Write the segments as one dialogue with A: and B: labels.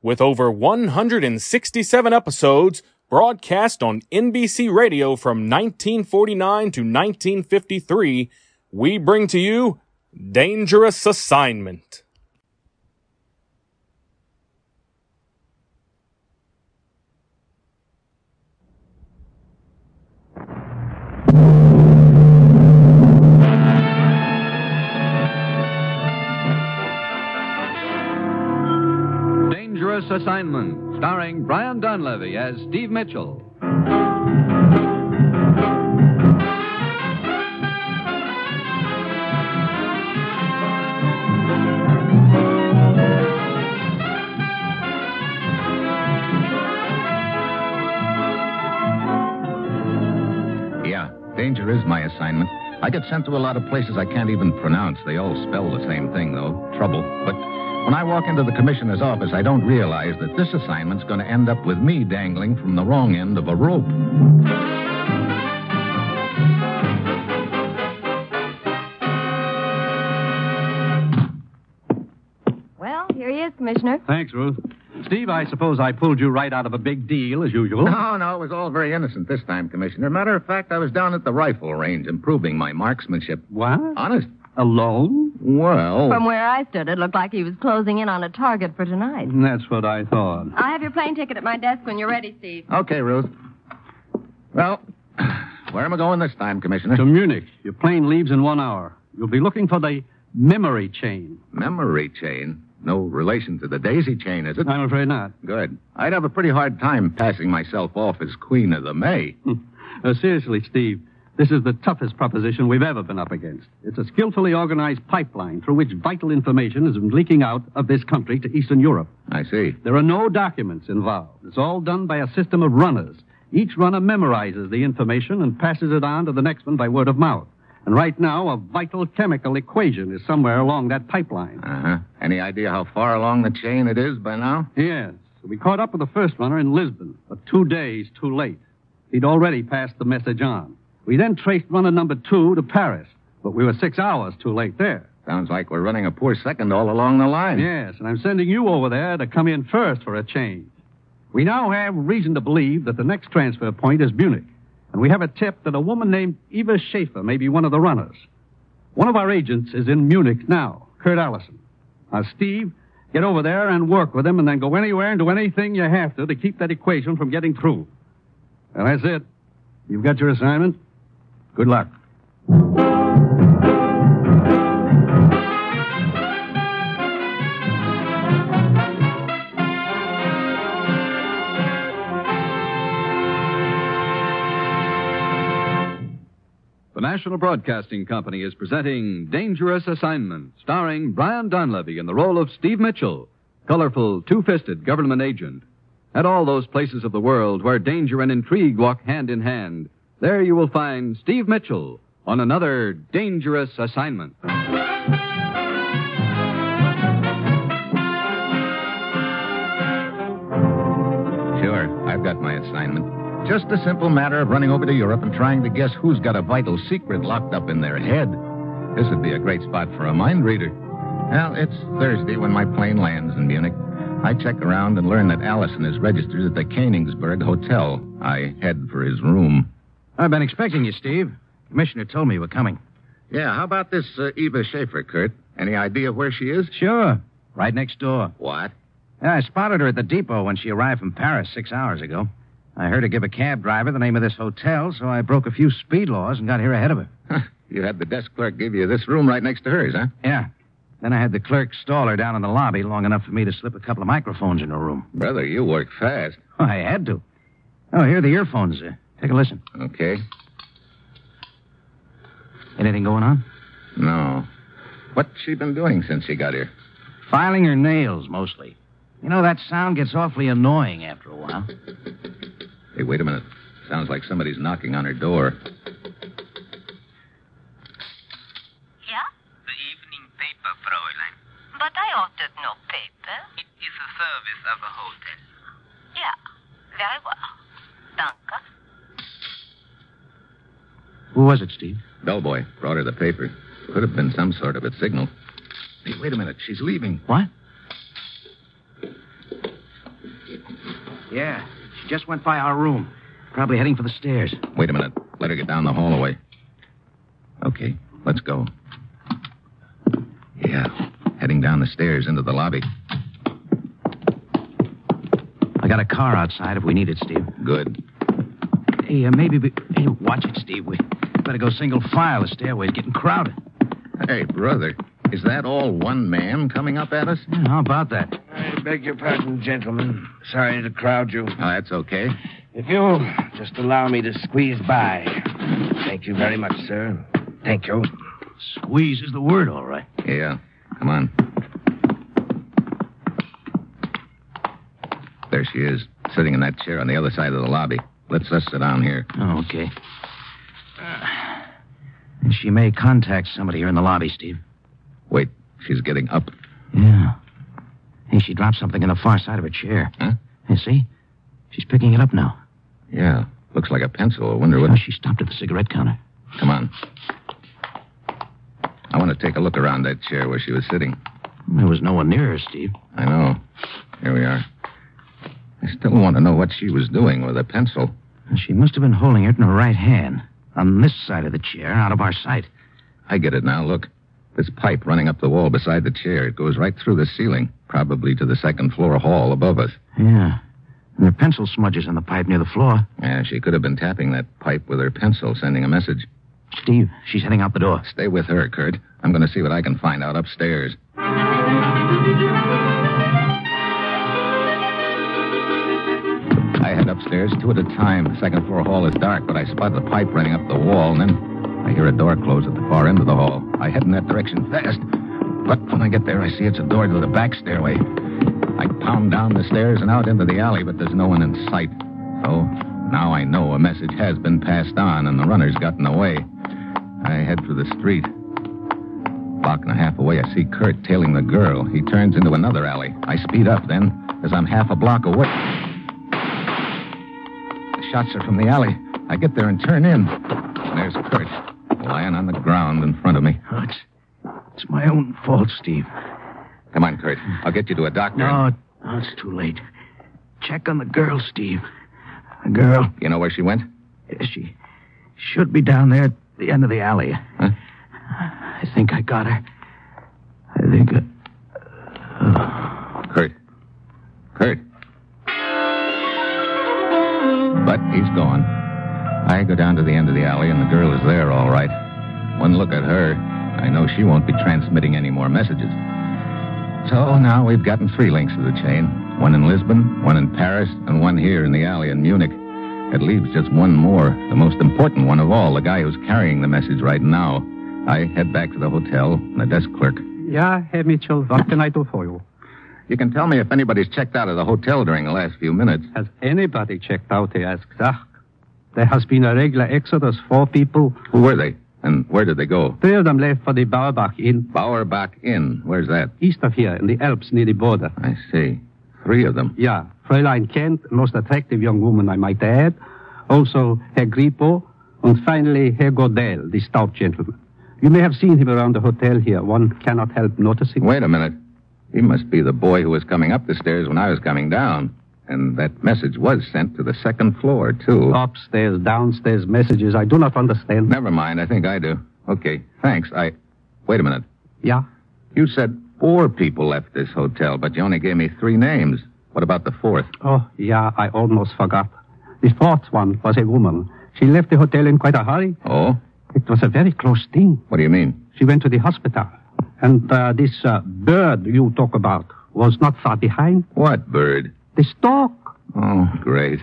A: with over 167 episodes broadcast on NBC Radio from 1949 to 1953, we bring to you Dangerous Assignment.
B: Dangerous Assignment, starring Brian Donlevy as Steve Mitchell.
C: Yeah, danger is my assignment. I get sent to a lot of places I can't even pronounce. They all spell the same thing, though trouble. But when I walk into the commissioner's office, I don't realize that this assignment's going to end up with me dangling from the wrong end of a rope.
D: Well, here he is, Commissioner.
B: Thanks, Ruth. Steve, I suppose I pulled you right out of a big deal, as usual.
C: No, no, it was all very innocent this time, Commissioner. Matter of fact, I was down at the rifle range improving my marksmanship.
B: What?
C: Honest.
B: Alone?
C: Well.
D: From where I stood, it looked like he was closing in on a target for tonight.
B: That's what I thought.
D: I'll have your plane ticket at my desk when you're ready, Steve.
C: Okay, Ruth. Well, where am I going this time, Commissioner?
B: To Munich. Your plane leaves in one hour. You'll be looking for the memory chain.
C: Memory chain. No relation to the daisy chain, is it?
B: I'm afraid not.
C: Good. I'd have a pretty hard time passing myself off as Queen of the May.
B: Uh, seriously, Steve, this is the toughest proposition we've ever been up against. It's a skillfully organized pipeline through which vital information is leaking out of this country to Eastern Europe.
C: I see.
B: There are no documents involved. It's all done by a system of runners. Each runner memorizes the information and passes it on to the next one by word of mouth. And right now, a vital chemical equation is somewhere along that pipeline.
C: Uh huh. Any idea how far along the chain it is by now?
B: Yes. We caught up with the first runner in Lisbon, but two days too late. He'd already passed the message on. We then traced runner number two to Paris, but we were six hours too late there.
C: Sounds like we're running a poor second all along the line.
B: Yes, and I'm sending you over there to come in first for a change. We now have reason to believe that the next transfer point is Munich, and we have a tip that a woman named Eva Schaefer may be one of the runners. One of our agents is in Munich now, Kurt Allison. Now, Steve, get over there and work with him, and then go anywhere and do anything you have to to keep that equation from getting through. Well, that's it. You've got your assignment. Good luck.
E: The National Broadcasting Company is presenting Dangerous Assignment, starring Brian Donlevy in the role of Steve Mitchell, colorful, two fisted government agent. At all those places of the world where danger and intrigue walk hand in hand, there you will find Steve Mitchell on another Dangerous Assignment.
C: Sure, I've got my assignment. Just a simple matter of running over to Europe and trying to guess who's got a vital secret locked up in their head. This would be a great spot for a mind reader. Well, it's Thursday when my plane lands in Munich. I check around and learn that Allison is registered at the Königsberg Hotel. I head for his room.
F: I've been expecting you, Steve. Commissioner told me you were coming.
C: Yeah, how about this uh, Eva Schaefer, Kurt? Any idea where she is?
F: Sure. Right next door.
C: What?
F: Yeah, I spotted her at the depot when she arrived from Paris six hours ago. I heard her give a cab driver the name of this hotel, so I broke a few speed laws and got here ahead of her.
C: You had the desk clerk give you this room right next to hers, huh?
F: Yeah. Then I had the clerk stall her down in the lobby long enough for me to slip a couple of microphones in her room.
C: Brother, you work fast.
F: I had to. Oh, here are the earphones. Uh, take a listen.
C: Okay.
F: Anything going on?
C: No. What's she been doing since she got here?
F: Filing her nails, mostly. You know, that sound gets awfully annoying after a while.
C: Hey, wait a minute. Sounds like somebody's knocking on her door.
G: Yeah?
H: The evening paper, Fräulein.
G: But I ordered no paper.
H: It is a service of a hotel.
G: Yeah. Very well. Danke.
F: Who was it, Steve?
C: Bellboy brought her the paper. Could have been some sort of a signal. Hey, wait a minute. She's leaving.
F: What? Yeah, she just went by our room. Probably heading for the stairs.
C: Wait a minute. Let her get down the hallway. Okay, let's go. Yeah, heading down the stairs into the lobby.
F: I got a car outside if we need it, Steve.
C: Good.
F: Hey, uh, maybe we. Hey, watch it, Steve. We better go single file. The stairway's getting crowded.
C: Hey, brother, is that all one man coming up at us?
F: Yeah, how about that?
I: I beg your pardon, gentlemen. Sorry to crowd you.
C: Oh,
F: Ah,
C: that's okay.
I: If you'll just allow me to squeeze by. Thank you very much, sir. Thank you.
F: Squeeze is the word, all right.
C: Yeah, come on. There she is, sitting in that chair on the other side of the lobby. Let's let's sit down here.
F: Oh, okay. And she may contact somebody here in the lobby, Steve.
C: Wait, she's getting up.
F: Yeah. Hey, she dropped something on the far side of her chair.
C: Huh?
F: You see? She's picking it up now.
C: Yeah, looks like a pencil. I wonder what.
F: Oh, she stopped at the cigarette counter.
C: Come on. I want to take a look around that chair where she was sitting.
F: There was no one near her, Steve.
C: I know. Here we are. I still want to know what she was doing with a pencil.
F: She must have been holding it in her right hand on this side of the chair, out of our sight.
C: I get it now. Look. This pipe running up the wall beside the chair. It goes right through the ceiling, probably to the second floor hall above us.
F: Yeah. And there are pencil smudges on the pipe near the floor.
C: Yeah, she could have been tapping that pipe with her pencil, sending a message.
F: Steve, she's heading out the door.
C: Stay with her, Kurt. I'm going to see what I can find out upstairs. I head upstairs two at a time. The second floor hall is dark, but I spot the pipe running up the wall, and then I hear a door close at the far end of the hall. I head in that direction fast, but when I get there, I see it's a door to the back stairway. I pound down the stairs and out into the alley, but there's no one in sight. So now I know a message has been passed on, and the runner's gotten away. I head for the street. Block and a half away, I see Kurt tailing the girl. He turns into another alley. I speed up then, as I'm half a block away. The shots are from the alley. I get there and turn in. And there's Kurt, lying on the ground in front of me.
F: Oh, it's, it's my own fault, Steve.
C: Come on, Kurt. I'll get you to a doctor.
F: No, no, Oh, it's too late. Check on the girl, Steve. The girl,
C: You know where she went?
F: she should be down there at the end of the alley.
C: Huh?
F: I think I got her. I think. I...
C: Kurt. Kurt. But he's gone. I go down to the end of the alley, and the girl is there, all right. One look at her, I know she won't be transmitting any more messages. So now we've gotten three links to the chain one in Lisbon, one in Paris, and one here in the alley in Munich. It leaves just one more, the most important one of all, the guy who's carrying the message right now. I head back to the hotel and the desk clerk.
B: Yeah, Herr Mitchell, what can I do for you?
C: You can tell me if anybody's checked out of the hotel during the last few minutes.
B: Has anybody checked out the asked Zach? There has been a regular exodus. Four people.
C: Who were they? And where did they go?
B: Three of them left for the Bauerbach Inn,
C: Bauerbach Inn. Where's that?
B: east of here, in the Alps, near the border.
C: I see. Three of them.
B: Yeah, Fräulein Kent, most attractive young woman, I might add. Also, Herr Grippo. And finally, Herr Godel, the stout gentleman. You may have seen him around the hotel here. One cannot help noticing.
C: Wait a minute. He must be the boy who was coming up the stairs when I was coming down. And that message was sent to the second floor, too.
B: Upstairs, downstairs, messages. I do not understand.
C: Never mind. I think I do. Okay. Thanks. I. Wait a minute.
B: Yeah?
C: You said four people left this hotel, but you only gave me three names. What about the fourth?
B: Oh, yeah, I almost forgot. The fourth one was a woman. She left the hotel in quite a hurry.
C: Oh?
B: It was a very close thing.
C: What do you mean?
B: She went to the hospital. And uh, this uh, bird you talk about was not far behind.
C: What bird?
B: The stork.
C: Oh, great.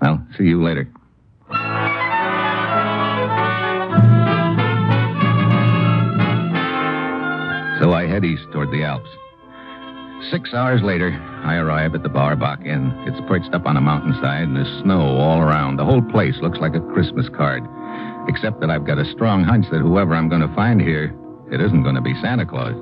C: Well, see you later. So I head east toward the Alps. Six hours later, I arrive at the Bauerbach Inn. It's perched up on a mountainside, and there's snow all around. The whole place looks like a Christmas card. Except that I've got a strong hunch that whoever I'm going to find here, it isn't going to be Santa Claus.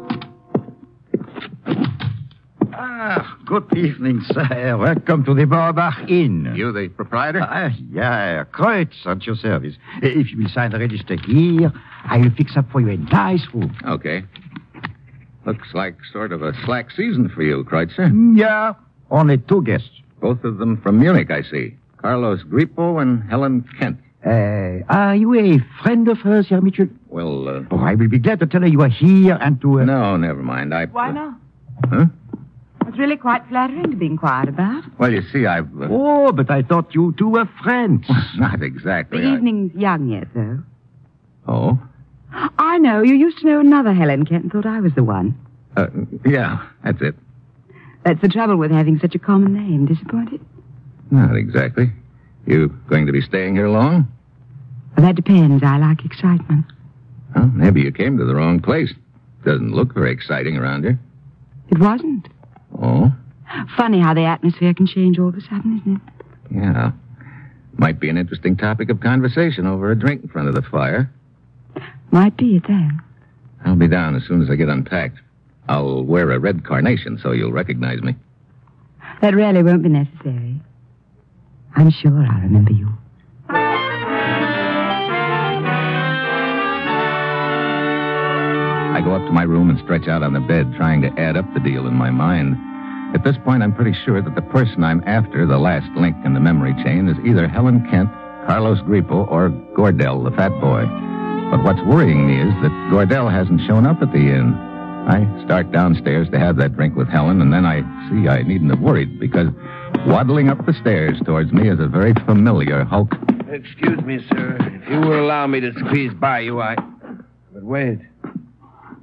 J: Ah, good evening, sir. Welcome to the Bauerbach Inn.
C: You the proprietor?
J: Ah, yeah, Kreutz at your service. If you will sign the register here, I will fix up for you a nice room.
C: Okay. Looks like sort of a slack season for you, Kreutzer.
J: Yeah, only two guests.
C: Both of them from Munich, I see. Carlos Grippo and Helen Kent.
J: Uh, are you a friend of hers, Herr Mitchell?
C: Well, uh,
J: Oh, I will be glad to tell her you are here and to... Uh...
C: no, never mind. I.
K: Why not?
C: Huh?
K: It's really quite flattering to be inquired about.
C: Well, you see, I've. Uh,
J: Oh, but I thought you two were friends.
C: Not
K: The
C: exactly. I-
K: evening's young yet, though.
C: Oh?
K: I know. You used to know another Helen Kent and thought I was the one.
C: Uh, yeah, that's it.
K: That's the trouble with having such a common name. Disappointed?
C: Not exactly. You going to be staying here long?
K: Well, that depends. I like excitement.
C: Well, maybe you came to the wrong place. Doesn't look very exciting around here.
K: It wasn't.
C: Oh?
K: Funny how the atmosphere can change all of a sudden, isn't it?
C: Yeah. Might be an interesting topic of conversation over a drink in front of the fire.
K: Might be it then.
C: I'll be down as soon as I get unpacked. I'll wear a red carnation so you'll recognize me.
K: That really won't be necessary. I'm sure I remember you.
C: I go up to my room and stretch out on the bed, trying to add up the deal in my mind. At this point, I'm pretty sure that the person I'm after, the last link in the memory chain, is either Helen Kent, Carlos Grippo, or Gordell, the fat boy. But what's worrying me is that Gordell hasn't shown up at the inn. I start downstairs to have that drink with Helen, and then I see I needn't have worried because waddling up the stairs towards me is a very familiar hulk.
I: Excuse me, sir. If you will allow me to squeeze by you, I. But wait.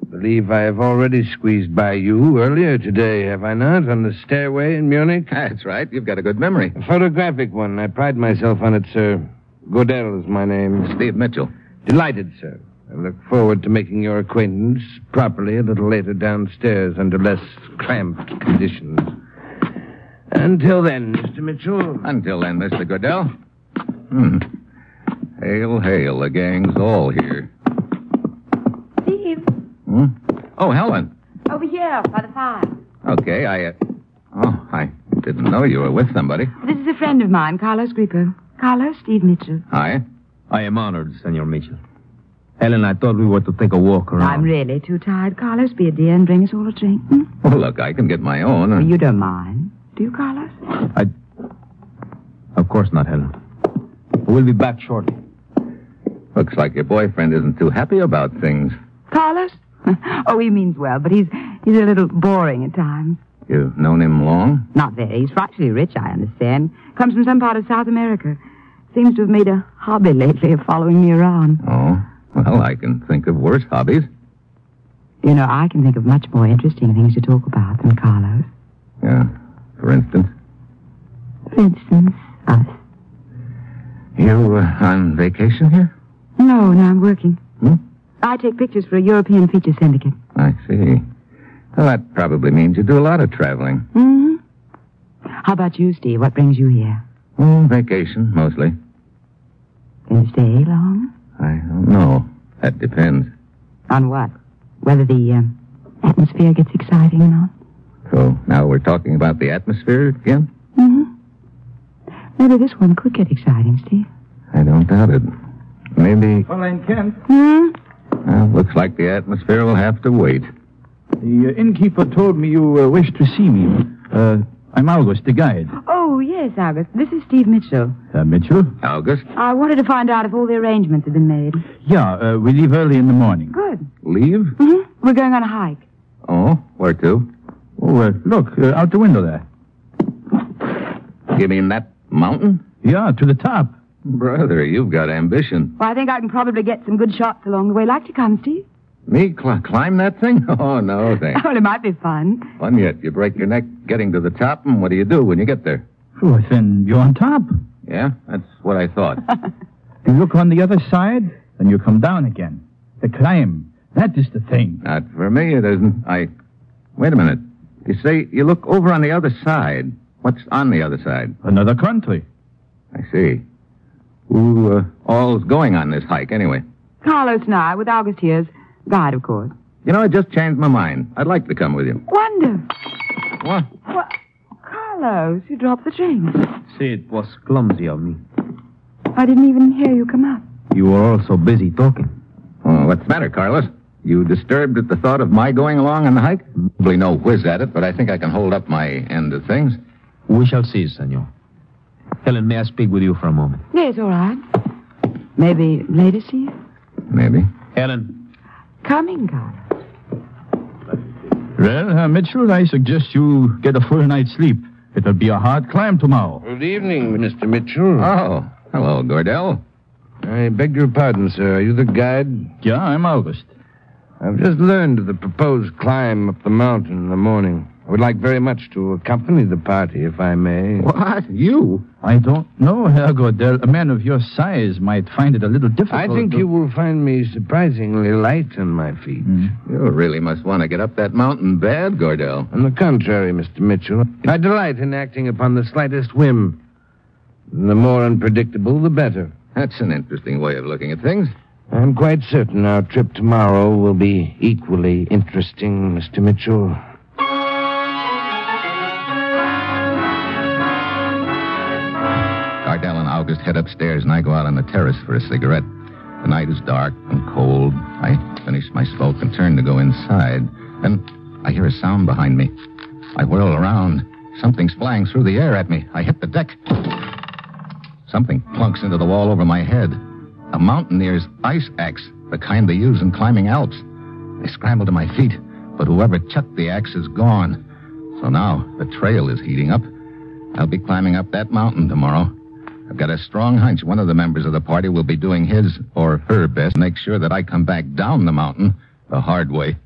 I: Believe I have already squeezed by you earlier today, have I not? On the stairway in Munich?
C: That's right. You've got a good memory.
I: A photographic one. I pride myself on it, sir. Godell is my name.
C: Steve Mitchell.
I: Delighted, sir. I look forward to making your acquaintance properly a little later downstairs under less cramped conditions. Until then, Mr. Mitchell.
C: Until then, Mr. Goodell. Hmm. Hail, hail, the gang's all here.
K: Steve,
C: Hmm? Oh, Helen.
K: over here by the fire.
C: Okay, I. Uh... Oh, I didn't know you were with somebody.
K: This is a friend of mine, Carlos Grippo. Carlos, Steve Mitchell.
C: Hi.
L: I am honored, Senor Mitchell. Helen, I thought we were to take a walk around.
K: I'm really too tired. Carlos, be a dear and bring us all a drink. Hmm?
C: Well, Oh, look, I can get my own.
K: Well, you don't mind. Do you, Carlos?
L: Of course not, Helen. We'll be back shortly.
C: Looks like your boyfriend isn't too happy about things.
K: Carlos? oh, he means well, but he's he's a little boring at times.
C: You've known him long?
K: Not very. He's frightfully rich, I understand. Comes from some part of South America. Seems to have made a hobby lately of following me around.
C: Oh, well, I can think of worse hobbies.
K: You know, I can think of much more interesting things to talk about than Carlos.
C: Yeah. For instance,
K: For instance, us.
C: you uh, on vacation here?
K: No, no, I'm working.
C: Hmm?
K: I take pictures for a European feature syndicate.
C: I see. Well, that probably means you do a lot of traveling.
K: Mm-hmm. How about you, Steve? What brings you here? Hmm.
C: Oh, vacation, mostly.
K: Can you stay long?
C: I don't know. That depends.
K: On what? Whether the um, atmosphere gets exciting or not.
C: So now we're talking about the atmosphere again?
K: Mm-hmm. Maybe this one could get exciting, Steve.
C: I don't doubt it. Maybe,
M: Fräulein Kent,
K: Hmm?
C: well, looks like the atmosphere will have to wait.
M: the uh, innkeeper told me you uh, wished to see me. Uh, I'm August, the guide.
K: Oh, yes, August. This is Steve Mitchell.
M: Uh, Mitchell?
C: August,
K: I wanted to find out if all the arrangements had been made.
M: Yeah, uh, we leave early in the morning.
K: Good.
C: leave?
K: Mm-hmm. We're going on a hike.
C: Oh, where to?
M: Oh, uh, look, uh, out the window there.
C: You mean that mountain?
M: Yeah, to the top.
C: Brother, you've got ambition.
K: Well, I think I can probably get some good shots along the way. Like to come, Steve?
C: Me cl- climb that thing? Oh, no, thanks.
K: Well, it might be fun.
C: Fun yet. You break your neck getting to the top, and what do you do when you get there?
M: Oh, then you're on top.
C: Yeah, that's what I thought.
M: You look on the other side, and you come down again. The climb. That is the thing.
C: Not for me, it isn't. I. Wait a minute. You say you look over on the other side. What's on the other side?
M: Another country.
C: I see. Who uh, all's going on this hike anyway?
K: Carlos and I, with August here's guide, of course.
C: You know, I just changed my mind. I'd like to come with you.
K: Wonder.
C: What?
K: Well, Carlos, you dropped the drinks.
L: See, it was clumsy of me.
K: I didn't even hear you come up.
L: You were all so busy talking.
C: Oh, what's the matter, Carlos? You disturbed at the thought of my going along on the hike? Probably no whiz at it, but I think I can hold up my end of things.
L: We shall see, senor. Helen, may I speak with you for a moment?
K: Yes, all right. Maybe later see you.
C: Maybe.
L: Helen.
K: Coming, Carlos.
M: Well, uh, Mitchell, I suggest you get a full night's sleep. It'll be a hard climb tomorrow.
I: Good evening, Mr. Mitchell.
C: Oh, hello, Gordell.
I: I beg your pardon, sir. Are you the guide?
M: Yeah, I'm August.
I: I've just learned of the proposed climb up the mountain in the morning. I would like very much to accompany the party, if I may.
C: What? You?
M: I don't know, Herr Godel. A man of your size might find it a little difficult.
I: I think
M: to-
I: you will find me surprisingly light on my feet.
C: Hmm. You really must want to get up that mountain bad, Gordell.
I: On the contrary, Mr. Mitchell, I delight in acting upon the slightest whim. The more unpredictable, the better.
C: That's an interesting way of looking at things.
I: I'm quite certain our trip tomorrow will be equally interesting, Mr. Mitchell.
C: Gardell and August head upstairs, and I go out on the terrace for a cigarette. The night is dark and cold. I finish my smoke and turn to go inside. Then I hear a sound behind me. I whirl around. Something's flying through the air at me. I hit the deck. Something plunks into the wall over my head. A mountaineer's ice axe, the kind they use in climbing Alps. I scramble to my feet, but whoever chucked the axe is gone. So now the trail is heating up. I'll be climbing up that mountain tomorrow. I've got a strong hunch one of the members of the party will be doing his or her best to make sure that I come back down the mountain the hard way.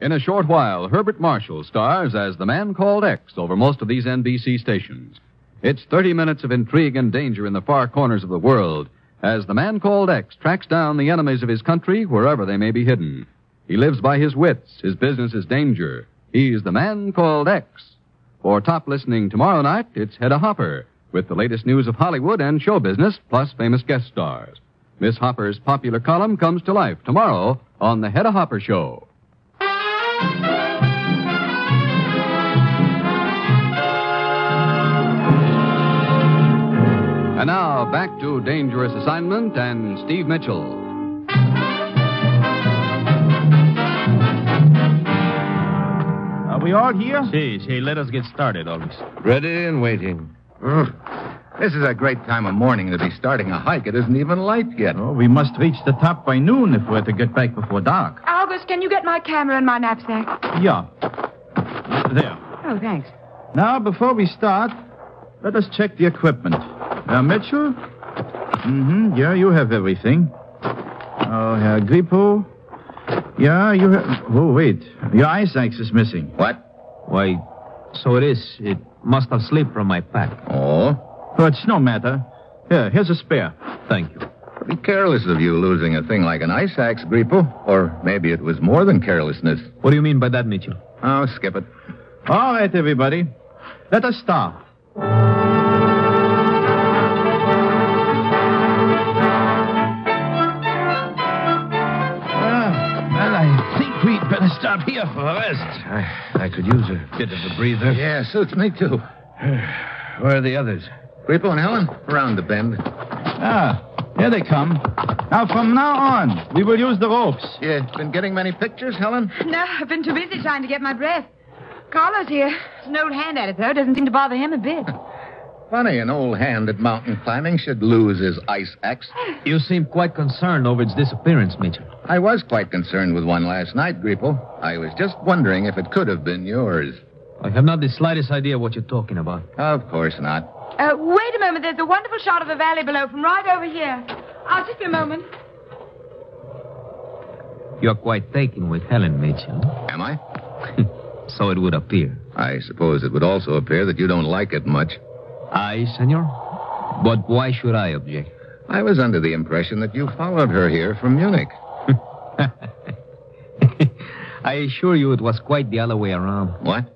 E: In a short while, Herbert Marshall stars as the man called X over most of these NBC stations. It's 30 minutes of intrigue and danger in the far corners of the world as the man called X tracks down the enemies of his country wherever they may be hidden. He lives by his wits. His business is danger. He's the man called X. For top listening tomorrow night, it's Hedda Hopper with the latest news of Hollywood and show business, plus famous guest stars. Miss Hopper's popular column comes to life tomorrow on the Hedda Hopper Show. And now, back to Dangerous Assignment and Steve Mitchell.
M: Are we all here?
L: See, see, let us get started, August.
I: Ready and waiting.
C: Ugh. This is a great time of morning to be starting a hike. It isn't even light yet.
M: Oh, we must reach the top by noon if we're to get back before dark.
K: August, can you get my camera and my knapsack?
M: Yeah. There.
K: Oh, thanks.
M: Now, before we start, let us check the equipment. Herr Mitchell? Mm-hmm. Yeah, you have everything. Oh, Herr Grippo? Yeah, you have... Oh, wait. Your ice axe is missing.
C: What?
L: Why, so it is. It must have slipped from my pack.
C: Oh,
M: Oh, it's no matter. Here, here's a spare.
L: Thank you.
C: pretty careless of you losing a thing like an ice axe, Grippo. Or maybe it was more than carelessness.
L: What do you mean by that, Mitchell?
C: Oh, skip it.
M: All right, everybody. Let us start. Ah, well, I think we'd better stop here for a rest.
I: I, I could use a bit of a breather.
C: Yeah, suits me too.
I: Where are the others?
C: Grippo and Helen, around the bend.
M: Ah, here they come. Now, from now on, we will use the ropes.
C: Yeah, been getting many pictures, Helen?
K: No, I've been too busy trying to get my breath. Carlos here is an old hand at it, though. Doesn't seem to bother him a bit.
C: Funny, an old hand at mountain climbing should lose his ice axe.
L: You seem quite concerned over its disappearance, Mitchell.
C: I was quite concerned with one last night, Grippo. I was just wondering if it could have been yours.
L: I have not the slightest idea what you're talking about.
C: Of course not.
K: Uh, wait a moment. There's a wonderful shot of the valley below from right over here. Oh, just a moment.
L: You're quite taken with Helen, Mitchell.
C: Am I?
L: So it would appear.
C: I suppose it would also appear that you don't like it much.
L: I, senor?
C: But why should I object? I was under the impression that you followed her here from Munich.
N: I assure you it was quite the other way around.
C: What?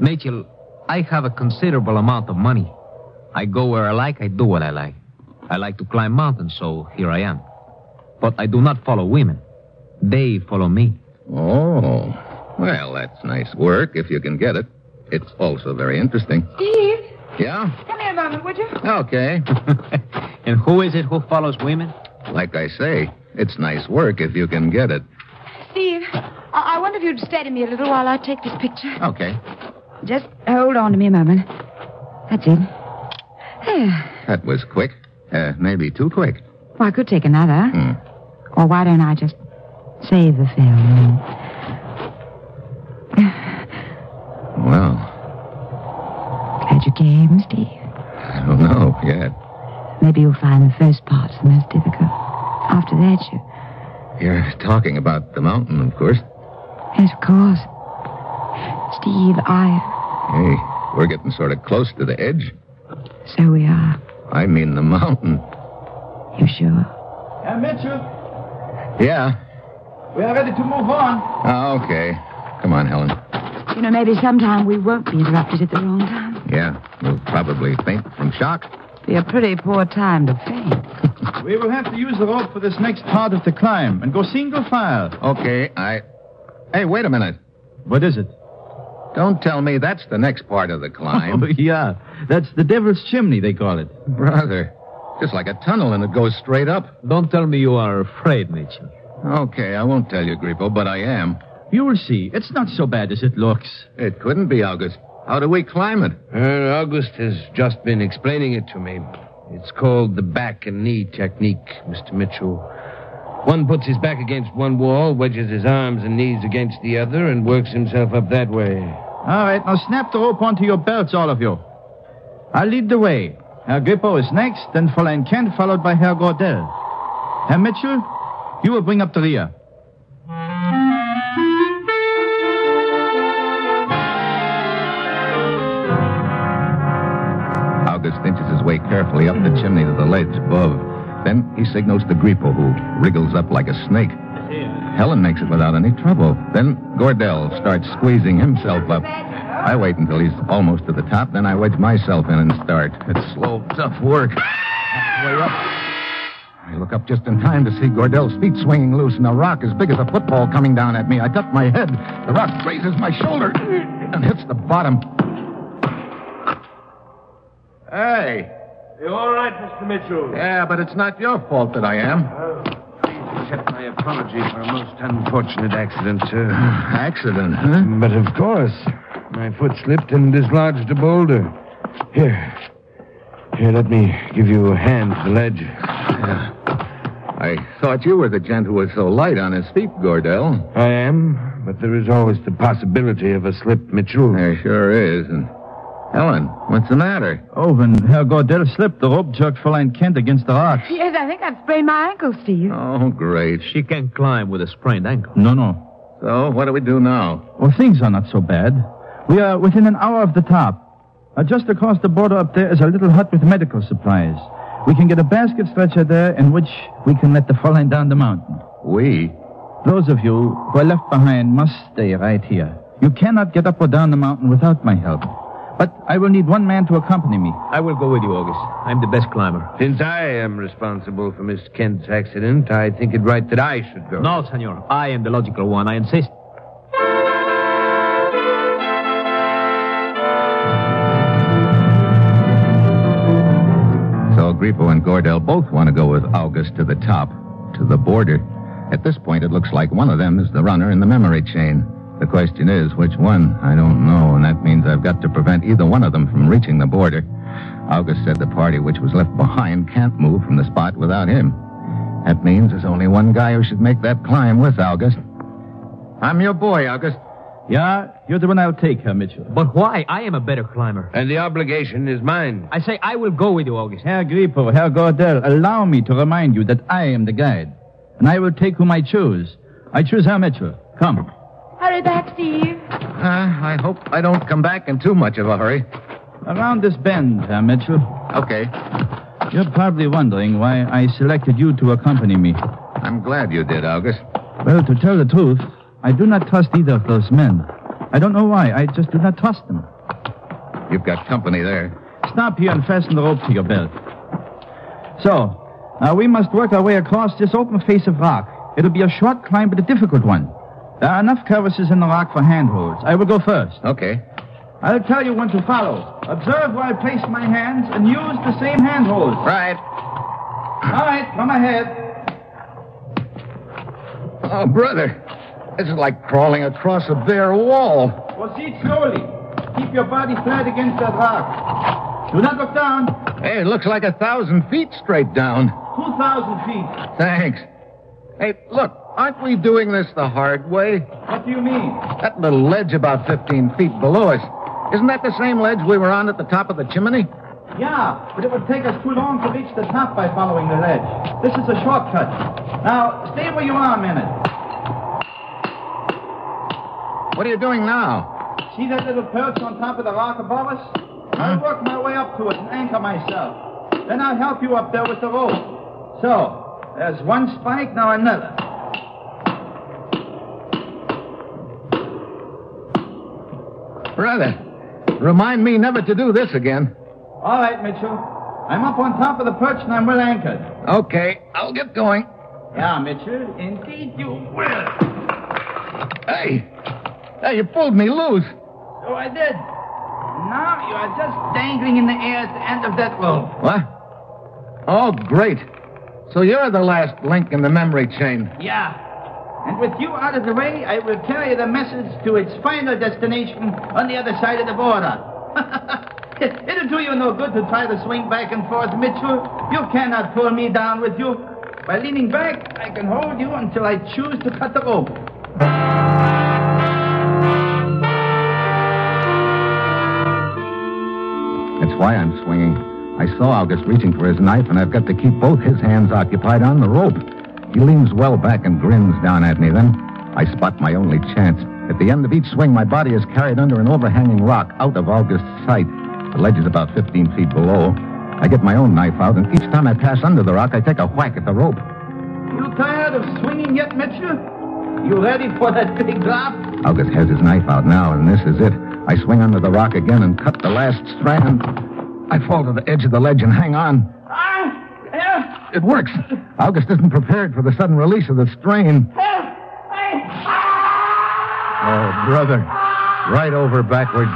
N: Mitchell, I have a considerable amount of money. I go where I like, I do what I like. I like to climb mountains, so here I am. But I do not follow women. They follow me.
C: Oh. Well, that's nice work if you can get it. It's also very interesting.
K: Steve,
C: Yeah?
K: come here a moment, would you?
C: Okay.
N: and who is it who follows women?
C: Like I say, it's nice work if you can get it.
K: Steve, I, I wonder if you'd stay to me a little while I take this picture.
C: Okay.
K: Just hold on to me a moment. That's it. There.
C: That was quick. Uh, maybe too quick.
K: Well, I could take another.
C: Hmm.
K: Or why don't I just save the film?
C: Well,
K: Glad you came, Steve.
C: I don't know yet.
K: Maybe you'll find the first part's the most difficult. After that, you.
C: You're talking about the mountain, of course.
K: Yes, of course. Steve, I.
C: Hey, we're getting sort of close to the edge.
K: So we are.
C: I mean the mountain.
K: You sure?
M: Yeah, Mitchell,
C: Yeah.
M: we are ready to move on.
C: Ah, okay. Come on, Helen.
K: You know, maybe sometime we won't be interrupted at the wrong time.
C: Yeah, you'll probably faint from shock.
K: Be a pretty poor time to faint.
M: We will have to use the rope for this next part of the climb and go single file.
C: Okay, I. Hey, wait a minute.
M: What is it?
C: Don't tell me that's the next part of the climb.
M: Oh, yeah. That's the Devil's Chimney, they call it.
C: Brother, just like a tunnel and it goes straight up.
N: Don't tell me you are afraid, Mitchell.
C: Okay, I won't tell you, Grippo, but I am.
M: You'll see. It's not so bad as it looks.
C: It couldn't be, August. How do we climb it?
I: Uh, August has just been explaining it to me. It's called the back and knee technique, Mr. Mitchell. One puts his back against one wall, wedges his arms and knees against the other, and works himself up that way.
M: All right, now snap the rope onto your belts, all of you. I'll lead the way. Herr Grippo is next, then Fräulein Kent, followed by Herr Gordell. Herr Mitchell, you will bring up the rear.
C: August inches his way carefully up the chimney to the ledge above. Then he signals to Grippo, who wriggles up like a snake. Helen makes it without any trouble. Then Gordell starts squeezing himself up. I wait until he's almost to the top, then I wedge myself in and start. It's slow, tough work. Halfway up. I look up just in time to see Gordell's feet swinging loose and a rock as big as a football coming down at me. I duck my head. The rock grazes my shoulder and hits the bottom. Hey,
O: You're all right, Mr. Mitchell.
C: Yeah, but it's not your fault that I am.
I: Oh, Accept my apology for a most unfortunate accident, sir.
C: accident, huh?
I: But of course, my foot slipped and dislodged a boulder. Here. Here, let me give you a hand to the ledge.
C: I thought you were the gent who was so light on his feet, Gordell.
I: I am, but there is always the possibility of a slip, Mitchell.
C: There sure is. And Helen, what's the matter?
M: Oh, when Herr Gordell slipped, the rope jerked Fräulein Kent against the rocks.
K: Yes, I think I've sprained my ankle, Steve.
C: Oh, great.
N: She can climb with a sprained ankle.
M: No, no.
C: So, what do we do now?
M: Well, Oh, things are not so bad. We are within an hour of the top. Uh, just across the border up there is a little hut with medical supplies. We can get a basket stretcher there in which we can let the Fräulein down the mountain.
C: We?
M: Those of you who are left behind must stay right here. You cannot get up or down the mountain without my help. But I will need one man to accompany me.
N: I will go with you, August. I'm the best climber.
I: Since I am responsible for Miss Kent's accident, I think it right that I should go.
N: No, senor. I am the logical one. I insist.
C: So, Grippo and Gordell both want to go with August to the top, to the border. At this point, it looks like one of them is the runner in the memory chain. The question is, which one? I don't know, and that means I've got to prevent either one of them from reaching the border. August said the party which was left behind can't move from the spot without him. That means there's only one guy who should make that climb with August. I'm your boy, August.
M: Yeah, you're the one I'll take, Herr Mitchell.
N: But why? I am a better climber.
I: And the obligation is mine.
N: I say I will go with you, August.
M: Herr Grippo, Herr Gordell, allow me to remind you that I am the guide. And I will take whom I choose. I choose Herr Mitchell. Come.
K: Hurry back, Steve.
C: Uh, I hope I don't come back in too much of a hurry.
M: Around this bend, Herr Mitchell.
C: Okay.
M: You're probably wondering why I selected you to accompany me.
C: I'm glad you did, August.
M: Well, to tell the truth, I do not trust either of those men. I don't know why. I just do not trust them.
C: You've got company there.
M: Stop here and fasten the rope to your belt. So, uh, we must work our way across this open face of rock. It'll be a short climb, but a difficult one. There are enough crevices in the rock for handholds. I will go first.
C: Okay.
M: I'll tell you when to follow. Observe where I place my hands and use the same handholds.
C: Right.
M: All right, come ahead.
C: Oh, brother. This is like crawling across a bare wall.
M: Proceed slowly. Keep your body flat against that rock. Do not look down.
C: Hey, it looks like a thousand feet straight down.
M: 2,000 feet.
C: Thanks. Hey, look, aren't we doing this the hard way?
M: What do you mean?
C: That little ledge about 15 feet below us. Isn't that the same ledge we were on at the top of the chimney?
M: Yeah, but it would take us too long to reach the top by following the ledge. This is a shortcut. Now, stay where you are a minute.
C: What are you doing now?
M: See that little perch on top of the rock above us? I'll work my way up to it and anchor myself. Then I'll help you up there with the rope. So, there's one spike, now another.
C: Brother, remind me never to do this again.
M: All right, Mitchell. I'm up on top of the perch and I'm well anchored.
C: Okay, I'll get going.
M: Yeah, Mitchell, indeed you will.
C: Hey, hey, you pulled me loose.
M: So Oh, I did. Now you are just dangling in the air at the end of that rope.
C: What? Oh, great. So you're the last link in the memory chain.
M: Yeah. And with you out of the way, I will carry the message to its final destination on the other side of the border. It'll do you no good to try to swing back and forth, Mitchell. You cannot pull me down with you. By leaning back, I can hold you until I choose to cut the rope.
C: That's why I'm swinging. I saw August reaching for his knife, and I've got to keep both his hands occupied on the rope. He leans well back and grins down at me. Then I spot my only chance. At the end of each swing, my body is carried under an overhanging rock out of August's sight. The ledge is about 15 feet below. I get my own knife out, and each time I pass under the rock, I take a whack at the rope.
M: You tired of swinging yet, Mitchell? You ready for that big drop?
C: August has his knife out now, and this is it. I swing under the rock again and cut the last strand. I fall to the edge of the ledge and hang on.
M: Ah! Help!
C: It works. August isn't prepared for the sudden release of the strain.
M: Help! Ah! I-
C: Oh, brother. Right over backward.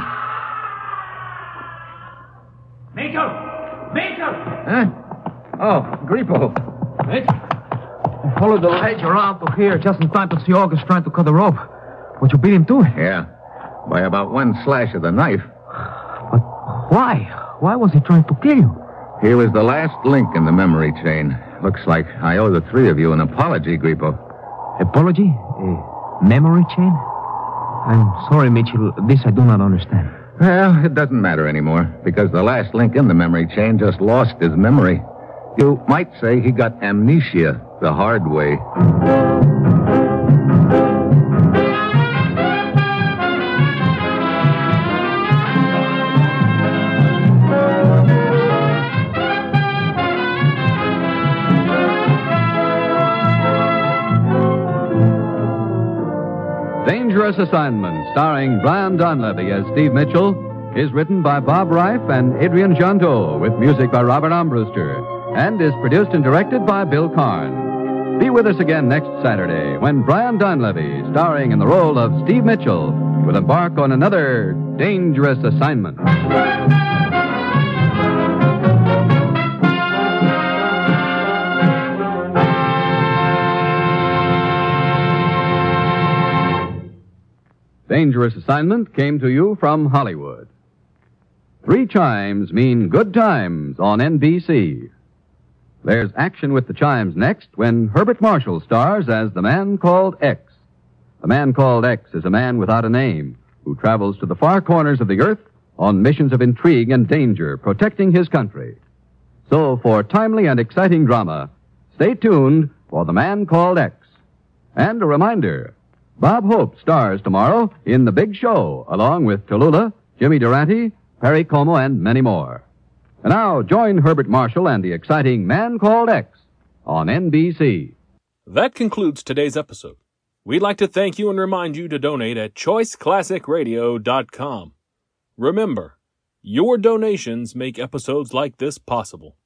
O: Mako! Mako!
C: Huh? Oh, Grippo.
P: I followed the ledge around to here just in time to see August trying to cut the rope. But you beat him to it.
C: Yeah. By about one slash of the knife.
P: Why? Why was he trying to kill you?
C: He was the last link in the memory chain. Looks like I owe the three of you an apology, Grippo.
N: Apology? A memory chain? I'm sorry, Mitchell. This I do not understand.
C: Well, it doesn't matter anymore, because the last link in the memory chain just lost his memory. You might say he got amnesia the hard way.
E: Dangerous Assignment, starring Brian Donlevy as Steve Mitchell, is written by Bob Reif and Adrian Jonto, with music by Robert Armbruster, and is produced and directed by Bill Karn. Be with us again next Saturday when Brian Donlevy, starring in the role of Steve Mitchell, will embark on another dangerous assignment. Dangerous Assignment came to you from Hollywood. Three chimes mean good times on NBC. There's action with the chimes next when Herbert Marshall stars as the man called X. The man called X is a man without a name who travels to the far corners of the earth on missions of intrigue and danger, protecting his country. So for timely and exciting drama, stay tuned for The Man Called X. And a reminder, Bob Hope stars tomorrow in The Big Show, along with Tallulah, Jimmy Durante, Perry Como, and many more. And now join Herbert Marshall and the exciting Man Called X on NBC.
A: That concludes today's episode. We'd like to thank you and remind you to donate at choiceclassicradio.com. Remember, your donations make episodes like this possible.